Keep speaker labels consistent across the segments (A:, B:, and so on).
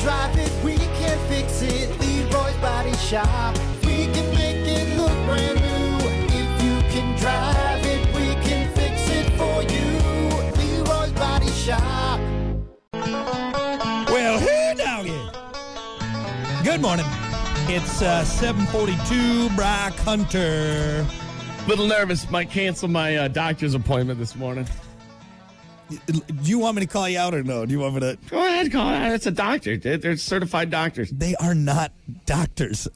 A: drive it, we can fix it. Leroy's Body Shop. We can make it look brand new. If you can drive it, we can fix it for you. Leroy's Body Shop.
B: Well, hey, doggy. Good morning. It's uh, 742, Brock Hunter.
C: Little nervous. Might cancel my uh, doctor's appointment this morning.
B: Do you want me to call you out or no? Do you want me to?
C: Go ahead, call it. It's a doctor. They're they're certified doctors.
B: They are not doctors.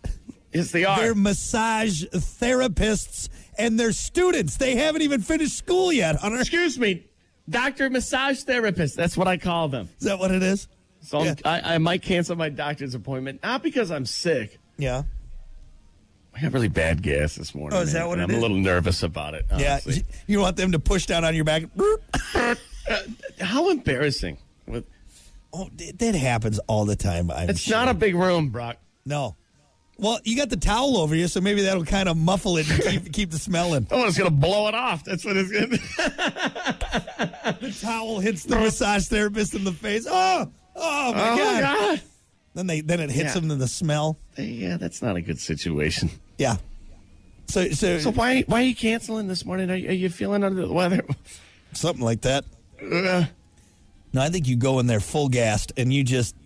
C: Yes, they are.
B: They're massage therapists and they're students. They haven't even finished school yet, Hunter. Is
C: Excuse me, doctor massage therapist. That's what I call them.
B: that what it is?
C: So I'm-
B: Yeah.
C: I, I might cancel my doctor's appointment not because I'm sick.
B: Yeah.
C: I got really bad gas this morning.
B: Oh, is
C: man,
B: that what
C: and
B: it
C: I'm
B: is?
C: a little nervous about it.
B: Yeah.
C: Honestly.
B: You want them to push down on your back. Boop.
C: How embarrassing. With
B: Oh, th- that happens all the time. I'm
C: it's
B: sure.
C: not a big room, Brock.
B: No. Well, you got the towel over you, so maybe that'll kind of muffle it and keep, keep the smell in.
C: Oh, it's gonna blow it off. That's what it's gonna.
B: The towel hits the massage therapist in the face. Oh, oh my,
C: oh
B: god.
C: my god.
B: Then they then it hits
C: Yeah.
B: them in the smell.
C: Yeah, that's not a good situation.
B: Yeah. So so,
C: So why why are you canceling this morning? Are you, are you feeling under the weather?
B: something like that.
C: Uh.
B: No, I think you go in there full gassed and you just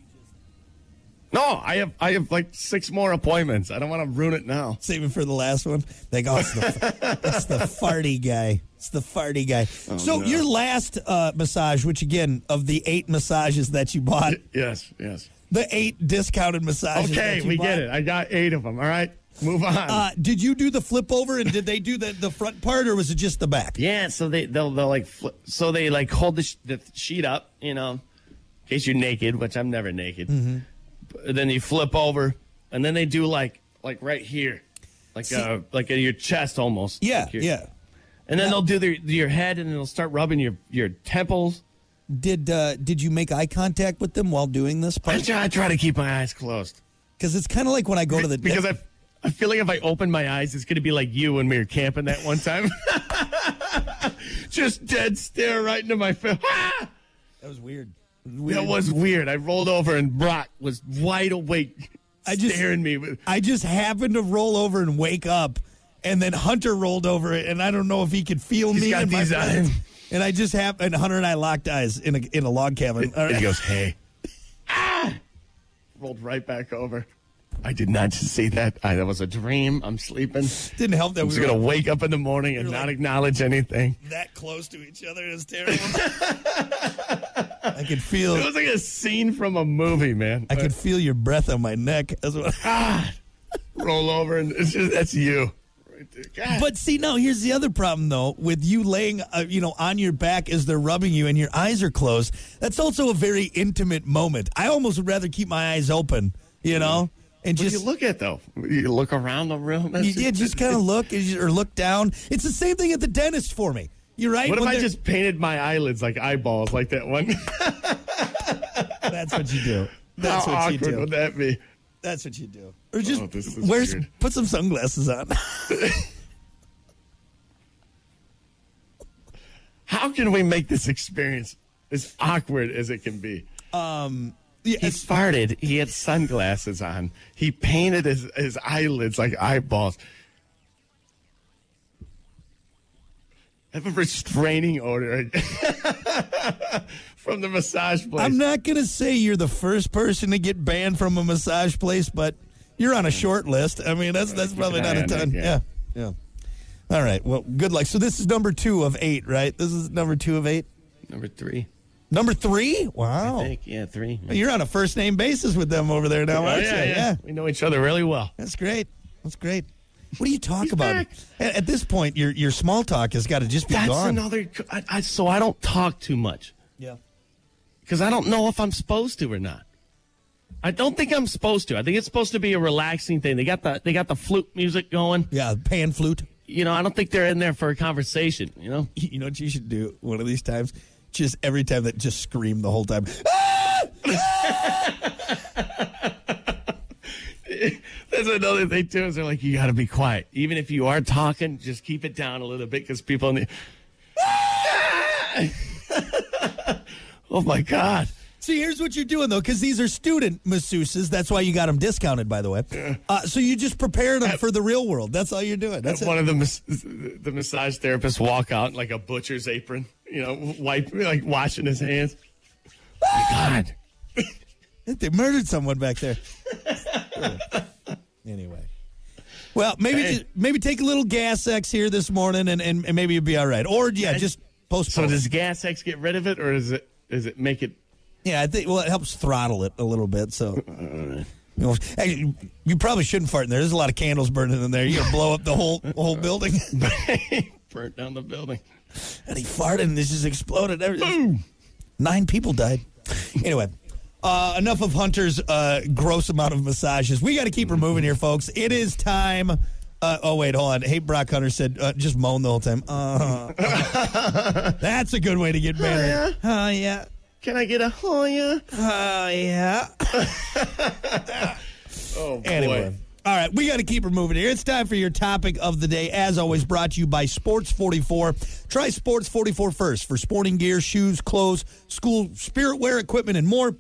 C: No, I have I have like six more appointments. I don't want to ruin it now.
B: save it for the last one. They go, it's the, it's the farty guy. It's the farty guy. so
C: Oh, no.
B: your last uh, massage, which again of the eight massages that you bought,
C: Yes, yes.
B: the eight discounted massages.
C: Okay,
B: that you
C: we
B: bought,
C: get it. I got eight of them. All right, move on.
B: Uh, did you do the flip over and did they do the, the front part or was it just the back?
C: yeah, so they they'll they'll like flip, so they like hold the, sh- the sheet up, you know, in case you're naked, which I'm never naked.
B: Mm-hmm.
C: But Then you flip over, and then they do like like right here, like uh like at your chest almost.
B: Yeah,
C: Like your-
B: yeah.
C: And then they'll do their, your head, and they'll start rubbing your your temples.
B: Did uh, did you make eye contact with them while doing this
C: I
B: part?
C: try, I try to keep my eyes closed.
B: Because it's kind of like when I go to the
C: because I, I feel like if I open my eyes, it's going to be like you when we were camping that one time. Just dead stare right into my face. Ah!
B: that was weird.
C: That was weird. I rolled over and Brock was wide awake,
B: I just-
C: staring me. with-
B: I just happened to roll over and wake up, and then Hunter rolled over it, and I don't know if he could feel
C: He's
B: me.
C: got
B: in my
C: these
B: presence.
C: eyes.
B: And I just happened. Hunter and I locked eyes in a in a log cabin. All
C: And
B: right.
C: he goes, "Hey," ah! rolled right back over. I did not just see that. I, that was a dream. I'm sleeping.
B: Didn't help that
C: I'm
B: we
C: just
B: were
C: going to wake up in the morning and not
B: like-
C: acknowledge anything.
B: that close to each other. It was terrible. I could feel.
C: It was like a scene from a movie, man.
B: I could feel your breath on my neck. That's what.
C: roll over and it's just, that's you. Right there. God.
B: But see, now here's the other problem, though, with you laying, uh, you know, on your back as they're rubbing you and your eyes are closed. That's also a very intimate moment. I almost would rather keep my eyes open, you know, and
C: What do
B: just
C: you look at though? You look around the room.
B: you- yeah, just kind of look as you- or look down. It's the same thing at the dentist for me. You're right.
C: What if
B: when
C: I
B: they're-
C: just painted my eyelids like eyeballs, like that one?
B: That's what you do. That's
C: How
B: what you
C: awkward
B: do.
C: would that be?
B: That's what you do. Or just
C: this is
B: wear s-
C: weird.
B: put some sunglasses on.
C: How can we make this experience as awkward as it can be?
B: Yeah,
C: He farted. He had sunglasses on. He painted his, his eyelids like eyeballs. I have a restraining order from the massage place.
B: I'm not going to say you're the first person to get banned from a massage place, but you're on a short list. I mean, that's that's probably not a ton. Yeah. Yeah. All right. Well, good luck. So this is number 2 of 8, right? This is number 2 of 8.
C: Number three.
B: Number 3? Wow.
C: I think, Oh, yeah, three.
B: You're on a first name basis with them over there now, aren't you?
C: We know each other really well.
B: That's great. That's great. What do you talk
C: He's
B: about?
C: back.
B: At, at this point, your your small talk has got to just be
C: That's
B: gone.
C: another. I, I, so I don't talk too much
B: yeah.
C: because I don't know if I'm supposed to or not. I don't think I'm supposed to. I think it's supposed to be a relaxing thing. They got the they got the flute music going.
B: Yeah, pan flute.
C: You know, I don't think they're in there for a conversation. You know,
B: You know what you should do one of these times? Just every time that just scream the whole time. "Ah!"
C: that's another thing too. Is they're like, you got to be quiet, even if you are talking, just keep it down a little bit because people in the. oh my god!
B: See, here's what you're doing though, because these are student masseuses. That's why you got them discounted, by the way. Uh, so you just prepared them for the real world. That's all you're doing. That's it.
C: one of the mas- the massage therapists walk out in, like a butcher's apron, you know, wipe like washing his hands. My God,
B: They murdered someone back there. anyway. Well, maybe
C: Hey.
B: just, maybe take a little gas X here this morning, and, and, and maybe you'll be all right. Or yeah, just
C: so
B: postpone. it.
C: does gas X get rid of it, or does it does it make it?
B: Yeah, I think well, it helps throttle it a little bit. So, you, know, hey, you- you probably shouldn't fart in there. There's a lot of candles burning in there. You're gonna blow up the whole whole building.
C: Burnt down the building.
B: and he farted, and this just exploded. Everything. Nine people died. Anyway. Uh, enough of Hunter's uh, gross amount of massages. We got to keep her moving here, folks. It is time. Uh, oh wait, hold on. Hey, Brock Hunter said, uh, just moan the whole time. Uh, that's a good way to get better. Oh yeah.
C: Can I get a oh yeah?
B: Oh yeah.
C: Oh boy.
B: Anyway. All right, we got to keep her moving here. It's time for your topic of the day. As always, brought to you by Sports 44. Try Sports 44 first for sporting gear, shoes, clothes, school spirit wear, equipment, and more.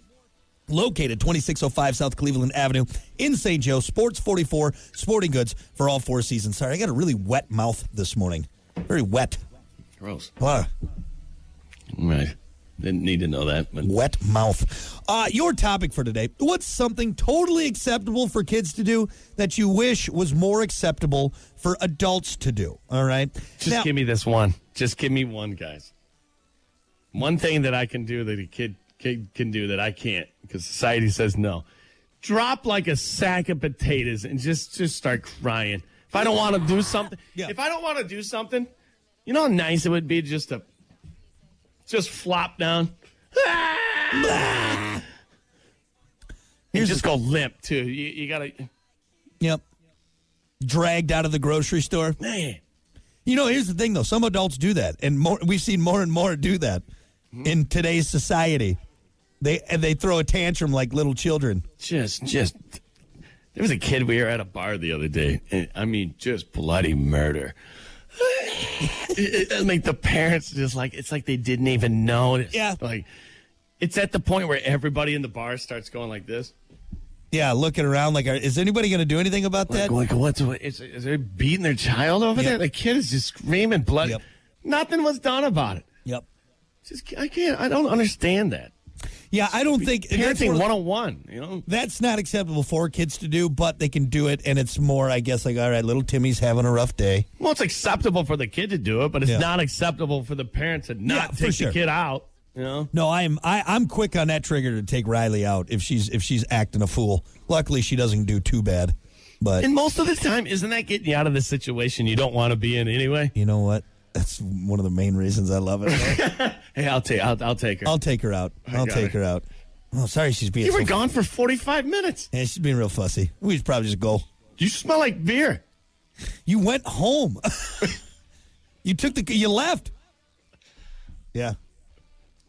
B: Located 2605 South Cleveland Avenue in St. Joe, Sports 44, sporting goods for all four seasons. Sorry, I got a really wet mouth this morning. Very wet.
C: Gross.
B: Wow.
C: Right. Didn't need to know that, but
B: wet mouth. Uh, your topic for today what's something totally acceptable for kids to do that you wish was more acceptable for adults to do? All right.
C: just
B: Now-
C: give me this one. Just give me one, guys. One thing that I can do that a kid, kid can do that I can't because society says no. Drop like a sack of potatoes and just just start crying. If I don't want to do something,
B: Yeah.
C: if I don't want to do something, you know how nice it would be just to just flop down. You
B: Here's
C: just go limp too. You, you gotta,
B: Yep. Dragged out of the grocery store.
C: man.
B: You know, here's the thing though. Some adults do that, and more, we've seen more and more do that
C: Mm-hmm.
B: in today's society. They and they throw a tantrum like little children.
C: just just there was a kid we were at a bar the other day and i mean just bloody murder It- it- like the parents just like it's like they didn't even know It's
B: Yeah.
C: like it's at the point where everybody in the bar starts going like this
B: Yeah, looking around like, is anybody going to do anything about that?
C: like, like what's what is, is they beating their child over
B: Yep.
C: there the kid is just screaming bloody
B: Yep.
C: nothing was done about it
B: Yep.
C: just i can't i don't understand that
B: Yeah, I don't think and that's one
C: parenting
B: of the-
C: 101 you know
B: that's not acceptable for kids to do, but they can do it, and it's more, I guess, like all right, little Timmy's having a rough day.
C: Well, it's acceptable for the kid to do it, but it's
B: Yeah.
C: not acceptable for the parents to
B: Yeah,
C: not
B: for
C: take
B: sure.
C: the kid out. You know,
B: No, I'm I, I'm quick on that trigger to take Riley out if she's if she's acting a fool. Luckily, she doesn't do too bad, but
C: and most of the time, isn't that getting you out of the situation you don't want to be in anyway?
B: you know what? That's one of the main reasons I love it.
C: Hey, I'll take, I'll, I'll take her.
B: I'll take her out. I'll
C: got
B: take
C: it.
B: her out. Oh, sorry, she's being
C: you were
B: so-
C: gone for forty-five minutes.
B: Yeah, she's being real fussy. We should probably just go.
C: You smell like beer.
B: You went home. you took the you left. Yeah.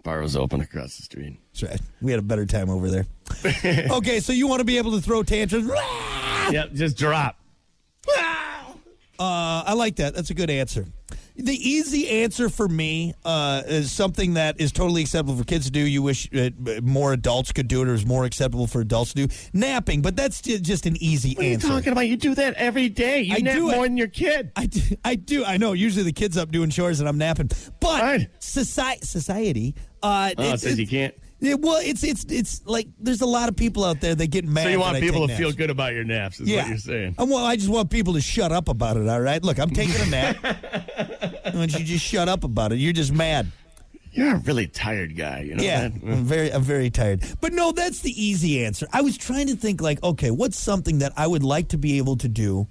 C: Bar was open across the street.
B: That's right. We had a better time over there. okay, so you want to be able to throw tantrums? Uh,
C: Yep, just drop.
B: I like that. That's a good answer. The easy answer for me uh, is something that is totally acceptable for kids to do. You wish uh, more adults could do it, or is more acceptable for adults to do napping. But that's ju- just an easy
C: What are you
B: answer.
C: talking about? You do that every day. You
B: I
C: nap
B: do it.
C: more than your kid.
B: I do, I do. I know. Usually the kid's up doing chores and I'm napping. But
C: Right.
B: society, society. Uh,
C: Oh, it says you can't.
B: Yeah, well, it's it's it's like there's a lot of people out there that get mad.
C: So you
B: that
C: want
B: I
C: people
B: take
C: to feel
B: naps. Oh.
C: good about your naps? Is what you're saying?
B: I, want, I just want people to shut up about it, all right? Look, I'm taking a nap. Why don't you just shut up about it? You're just mad.
C: You're a really tired guy. You know
B: Yeah,
C: that?
B: I'm very, I'm very tired. But no, that's the easy answer. I was trying to think, like, okay, what's something that I would like to be able to do?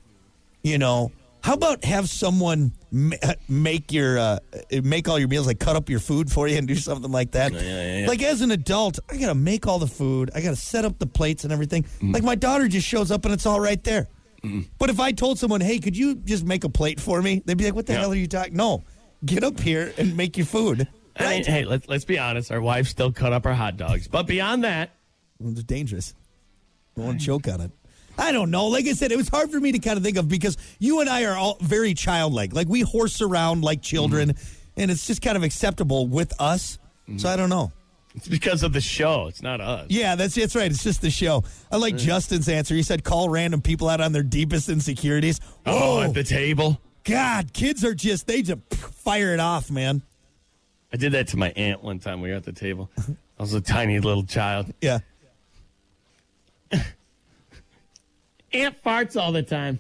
B: You know, how about have someone ma- make your, uh, make all your meals, like cut up your food for you and do something like that?
C: yeah, yeah.
B: Like as an adult, I gotta make all the food, I gotta set up the plates and everything.
C: Mm.
B: Like my daughter just shows up and it's all right there.
C: Mm-hmm.
B: But if I told someone, hey, could you just make a plate for me? They'd be like, what the
C: Yeah.
B: hell are you talking? No, get up here and make your food.
C: I mean, hey, let's let's be honest. Our wives still cut up our hot dogs, but beyond that,
B: Well, It's dangerous. Don't want to choke on it. I don't know. Like I said, it was hard for me to kind of think of because you and I are all very childlike. Like we
C: Mm-hmm.
B: horse around like children, and it's just kind of acceptable with us. So I don't know.
C: It's because of the show. It's not us.
B: Yeah, that's that's right. It's just the show. I like Justin's answer. He said, "Call random people out on their deepest insecurities."
C: Oh,
B: Whoa,
C: at the table.
B: God, kids are just they just fire it off, man.
C: I did that to my aunt one time. We were at the table. I was a tiny little child.
B: Yeah,
C: Aunt farts all the time.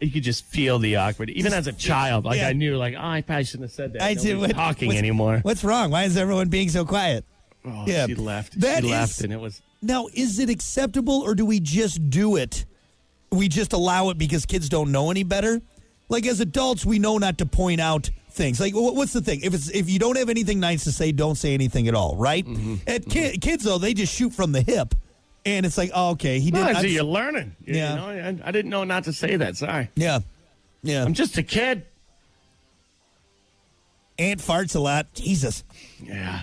C: You could just feel the awkward, even as a child. Like
B: Yeah.
C: I knew, like, oh, I probably shouldn't have said that.
B: I
C: Nobody's
B: did. what-
C: talking
B: what's-
C: anymore.
B: What's wrong? Why is everyone being so quiet?
C: Oh,
B: yeah,
C: she left.
B: that
C: she
B: is-
C: left, and it was.
B: Now, is it acceptable or do we just do it? We just allow it because kids don't know any better? Like as adults, we know not to point out things. Like wh- what's the thing? If it's if you don't have anything nice to say, don't say anything at all, right?
C: Mm-hmm.
B: At ki- kids though, they just shoot from the hip. And it's like, oh, okay, he did.
C: No,
B: not
C: see, you're learning. You
B: Yeah.
C: know, I, I didn't know not to say that. Sorry.
B: yeah, yeah.
C: I'm just a kid.
B: Aunt farts a lot. Jesus.
C: Yeah.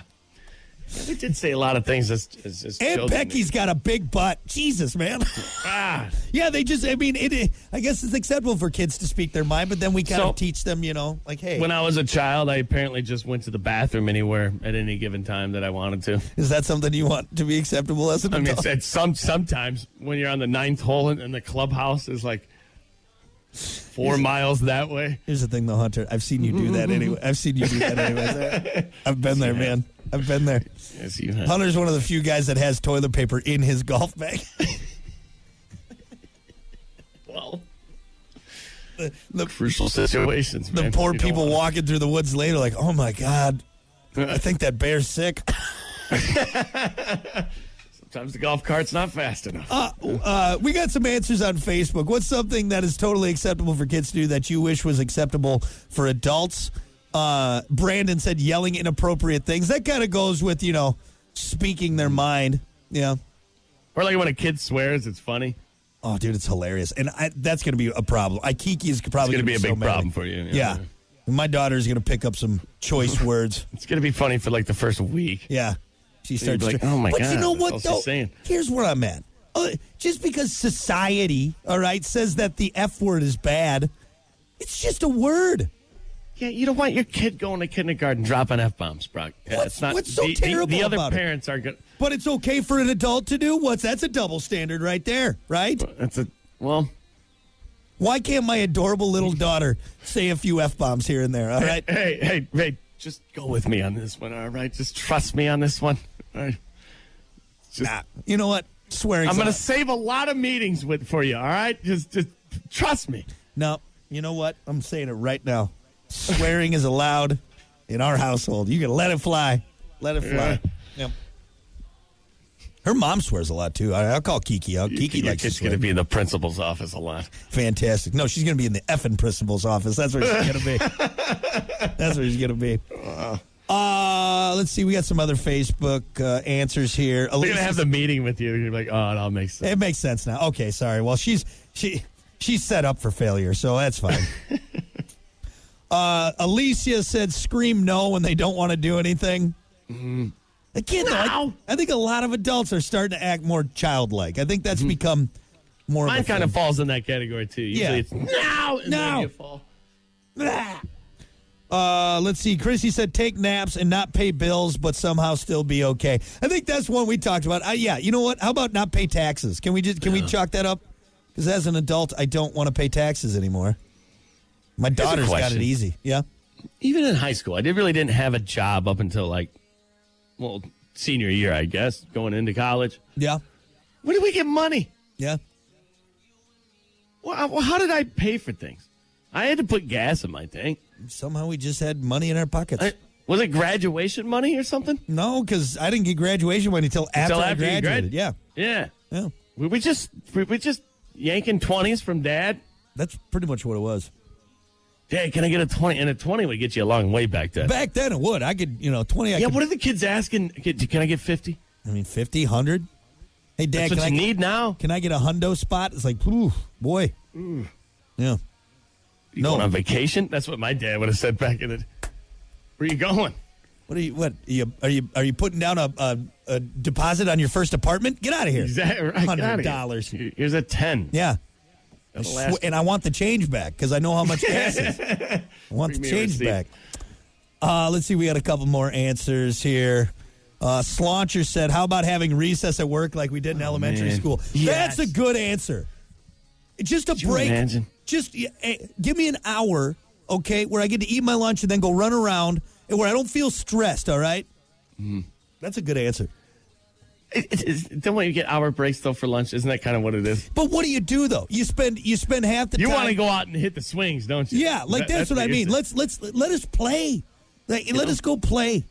C: Yeah, We did say a lot of things as, as, as
B: Aunt
C: children.
B: Becky's got a big butt. Jesus, man.
C: Ah,
B: yeah, they just. I mean, it. I guess it's acceptable for kids to speak their mind, but then we kind
C: So-
B: of teach them, you know, like, hey,
C: when I was a child, I apparently just went to the bathroom anywhere at any given time that I wanted to.
B: Is that something you want to be acceptable as an
C: I mean,
B: adult?
C: it's, it's some sometimes when you're on the ninth hole and, and the clubhouse is like four miles that way.
B: Here's the thing, though, Hunter. I've seen you do that
C: Mm-hmm.
B: anyway. I've seen you do that anyway. I've been there, man. I've been there.
C: Yes, you have.
B: Hunter's one of the few guys that has toilet paper in his golf bag.
C: Well,
B: The,
C: crucial situations.
B: the
C: man.
B: poor
C: You don't
B: people
C: wanna-
B: walking through the woods later, like, oh my God, I think that bear's sick.
C: Sometimes the golf cart's not fast enough.
B: Uh, uh, we got some answers on Facebook. What's something that is totally acceptable for kids to do that you wish was acceptable for adults? Uh, Brandon said yelling inappropriate things. That kind of goes with, you know, speaking their mind. Yeah.
C: or like when a kid swears, it's funny.
B: Oh, dude, it's hilarious. And I, that's going to be a problem. Aikiki is probably going
C: It's
B: to
C: gonna be a
B: so
C: big
B: mad.
C: problem for you.
B: Yeah. My daughter's going to pick up some choice words.
C: It's gonna be funny for like the first week.
B: Yeah. She
C: You'd
B: starts
C: be like,
B: to-
C: "Oh my
B: but you
C: God,
B: know
C: that's all
B: what,
C: she's
B: though?
C: saying."
B: Here's where I'm at. Uh, just because society, all right, says that the F word is bad, it's just a word.
C: Yeah, you don't want your kid going to kindergarten dropping f bombs, Brock. Yeah,
B: What's-
C: it's not.
B: what's so
C: the, the-
B: terrible
C: The, other
B: about it?
C: parents are good.
B: But it's okay for an adult to do what's that's a double standard right there, right?
C: That's a well.
B: Why can't my adorable little daughter say a few F bombs here and there, all right?
C: Hey, hey, hey! Just go with me on this one, all right? Just trust me on this one. All right.
B: Nah. You know what? Swearing.
C: I'm gonna
B: uh,
C: save a lot of meetings with for you, all right? Just, just trust me.
B: No, you know what? I'm saying it right now. Swearing is allowed in our household. You can let it fly. Let it fly. Yep. Her mom swears a lot too. I, I'll call Kiki out. Kiki
C: Your
B: likes to
C: kid's
B: swear.
C: gonna be in the principal's office a lot.
B: Fantastic. No, she's going to be in the effing principal's office. That's where she's going to be. That's where she's going to be. Uh, let's see. We got some other Facebook uh, answers here.
C: They're gonna
B: Alicia's-
C: have the meeting with you, and you're like, oh, it all makes sense.
B: It makes sense now. Okay, sorry. Well, she's she she's set up for failure, so that's fine. uh, Alicia said, "Scream no when they don't want to do anything." Mm-hmm. Again, though, I,
C: No.
B: I think a lot of adults are starting to act more childlike. I think that's become more.
C: Mine
B: of a
C: kind of
B: thing.
C: falls in that category too. Usually
B: Yeah.
C: it's now, and
B: No.
C: then you fall.
B: Uh, let's see. Chrissy said, "Take naps and not pay bills, but somehow still be okay." I think that's one we talked about. I, yeah, you know what? How about not pay taxes? Can we just can we chalk that up? Because as an adult, I don't want to pay taxes anymore. My
C: a
B: daughter's got it
C: question.
B: easy. Yeah,
C: even in high school, I did really didn't have a job up until like, well, senior year, I guess, going into college.
B: yeah,
C: When did we get money?
B: yeah.
C: Well, I- well, how did I pay for things? I had to put gas in my tank.
B: Somehow we just had money in our pockets.
C: I- was it graduation money or something?
B: no, because I didn't get graduation money until after,
C: Till
B: I
C: after you grad-
B: graduated. yeah,
C: Yeah,
B: yeah.
C: we were just we were just yanking twenties from dad.
B: That's pretty much what it was.
C: Dad, can I get a twenty? And a twenty would get you a long way back then.
B: Back then, it would. I could, you know, twenty. I
C: yeah,
B: could-
C: what are the kids asking? Can can I get fifty?
B: I mean, 50, 100. Hey, Dad,
C: That's
B: can
C: what
B: I
C: you need now.
B: can I get a hundo spot? It's like, ooh, boy. Yeah.
C: You
B: No.
C: going on vacation? That's what my dad would have said back in the. Where you going?
B: What are you? What are you? Are you? Are you putting down a, a, a deposit on your first apartment? Get out of here.
C: Exactly. Right. Get outta here.
B: $100.
C: Here- Here's a ten.
B: Yeah. I
C: That'll last.
B: sw- and I want the change back because I know how much gas is. I want the
C: Bring me a
B: change
C: receipt.
B: back. Uh, let's see, we got a couple more answers here. Uh, Slauncher said, "How about having recess at work like we did in elementary
C: Oh, man.
B: school?"
C: Yes.
B: That's a good answer. Just a
C: you
B: break.
C: imagine?
B: Just yeah, eh, give me an hour, okay, where I get to eat my lunch and then go run around and where I don't feel stressed. All right,
C: Hmm.
B: that's a good answer.
C: It, it, it's- don't want you get hour breaks though for lunch. Isn't that kind of what it is?
B: But what do you do though? You spend you spend half the
C: You
B: time.
C: want to go out and hit the swings, don't you?
B: Yeah, like
C: That-
B: that's, what I
C: the
B: mean.
C: issue.
B: Let's let's let us play. Like, let us go play.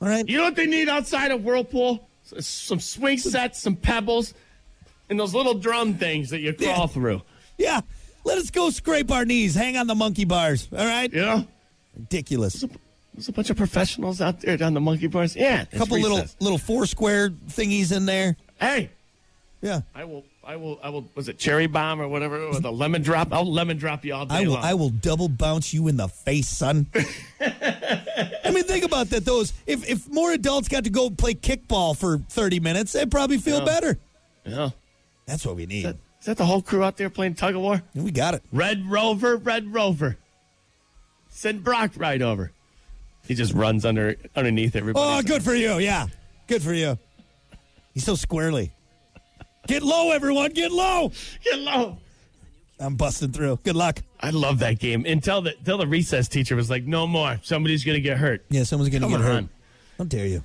B: All right.
C: You know what they need outside of Whirlpool? S- Some swing sets, some pebbles, and those little drum things that you crawl
B: Yeah.
C: through.
B: Yeah. Let us go scrape our knees, hang on the monkey bars. All right.
C: You know,
B: Ridiculous.
C: there's a, there's a bunch of professionals out there down the monkey bars. Yeah, it's
B: A couple little
C: recess.
B: little four square thingies in there.
C: Hey,
B: Yeah.
C: I will, I will, I will. Was it cherry bomb or whatever? With a lemon drop, I'll lemon drop you all day
B: I will
C: long.
B: I will double bounce you in the face, son. I mean, think about that. Those if if more adults got to go play kickball for thirty minutes, they'd probably feel
C: Yeah.
B: better.
C: Yeah. Is
B: That's what we need.
C: that- is that the whole crew out there playing tug of war?
B: we got it.
C: Red Rover, Red Rover. Send Brock right over. He just runs under underneath everybody.
B: Oh, good for you. Yeah. Good for you. He's so squirrely. Get low, everyone. Get low.
C: Get low.
B: I'm busting through. Good luck.
C: I love that game. Until the until the recess teacher was like, "No more. Somebody's gonna get hurt."
B: Yeah, someone's going to
C: Come
B: get hurt.
C: on.
B: How dare you?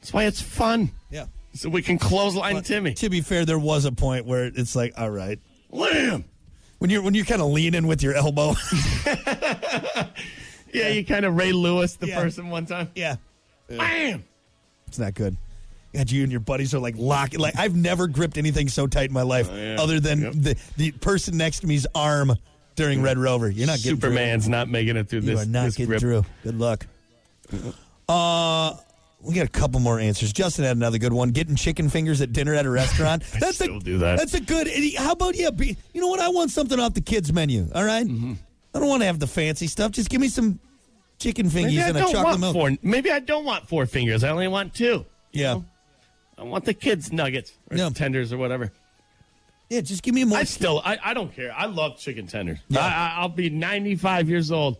C: That's why it's fun.
B: Yeah.
C: So we can clothesline Timmy.
B: To be fair, there was a point where it's like, all right.
C: Wham!
B: When you're when you're kind of leaning with your elbow.
C: Yeah, you kind of Ray Lewis the
B: Yeah.
C: person one time.
B: yeah.
C: Wham!
B: It's not good. God, you and your buddies are like locked. Like I've never gripped anything so tight in my life
C: Oh, yeah.
B: other than
C: Yep.
B: the, the person next to me's arm during Red Rover. You're not getting through.
C: Superman's not making it through
B: You
C: this.
B: are not
C: this
B: getting
C: grip.
B: through. Good luck. Uh, we got a couple more answers. Justin had another good one. Getting chicken fingers at dinner at a restaurant. that's
C: still
B: a,
C: do that.
B: That's a good. and How about yeah? Be, you know what? I want something off the kids menu. All right?
C: Mm-hmm.
B: I don't want to have the fancy stuff. Just give me some chicken fingers
C: Maybe I
B: and a
C: don't
B: chocolate
C: want
B: milk.
C: four. Maybe I don't want four fingers. I only want two.
B: Yeah,
C: I want the kids' nuggets or
B: Yeah.
C: tenders or whatever.
B: yeah. Just give me more.
C: I still, I, I don't care. I love chicken tenders.
B: Yeah.
C: I, I, I'll be 95 years old.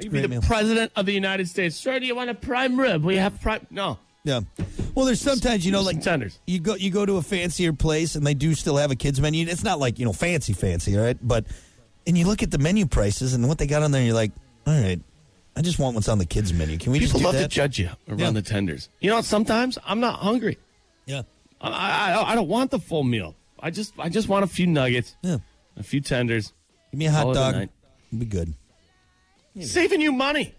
C: You be
B: great
C: the
B: meal.
C: president of the United States. Sir, do you want a prime rib? We have prime. No.
B: yeah. Well, there's sometimes you know
C: Just
B: like
C: tenders.
B: you go you go to a fancier place and they do still have a kids menu. It's not like you know fancy fancy, all right? But and you look at the menu prices and what they got on there, and you're like, all right, I just want what's on the kids menu. Can we
C: People
B: just do
C: love to
B: that?
C: judge you around
B: Yeah.
C: the tenders. You know, sometimes I'm not hungry.
B: yeah,
C: I, I, I don't want the full meal. I just, I just want a few nuggets,
B: yeah.
C: a few tenders.
B: Give me a
C: Call
B: hot
C: it a
B: dog.
C: night.
B: It'd be good.
C: Saving you money.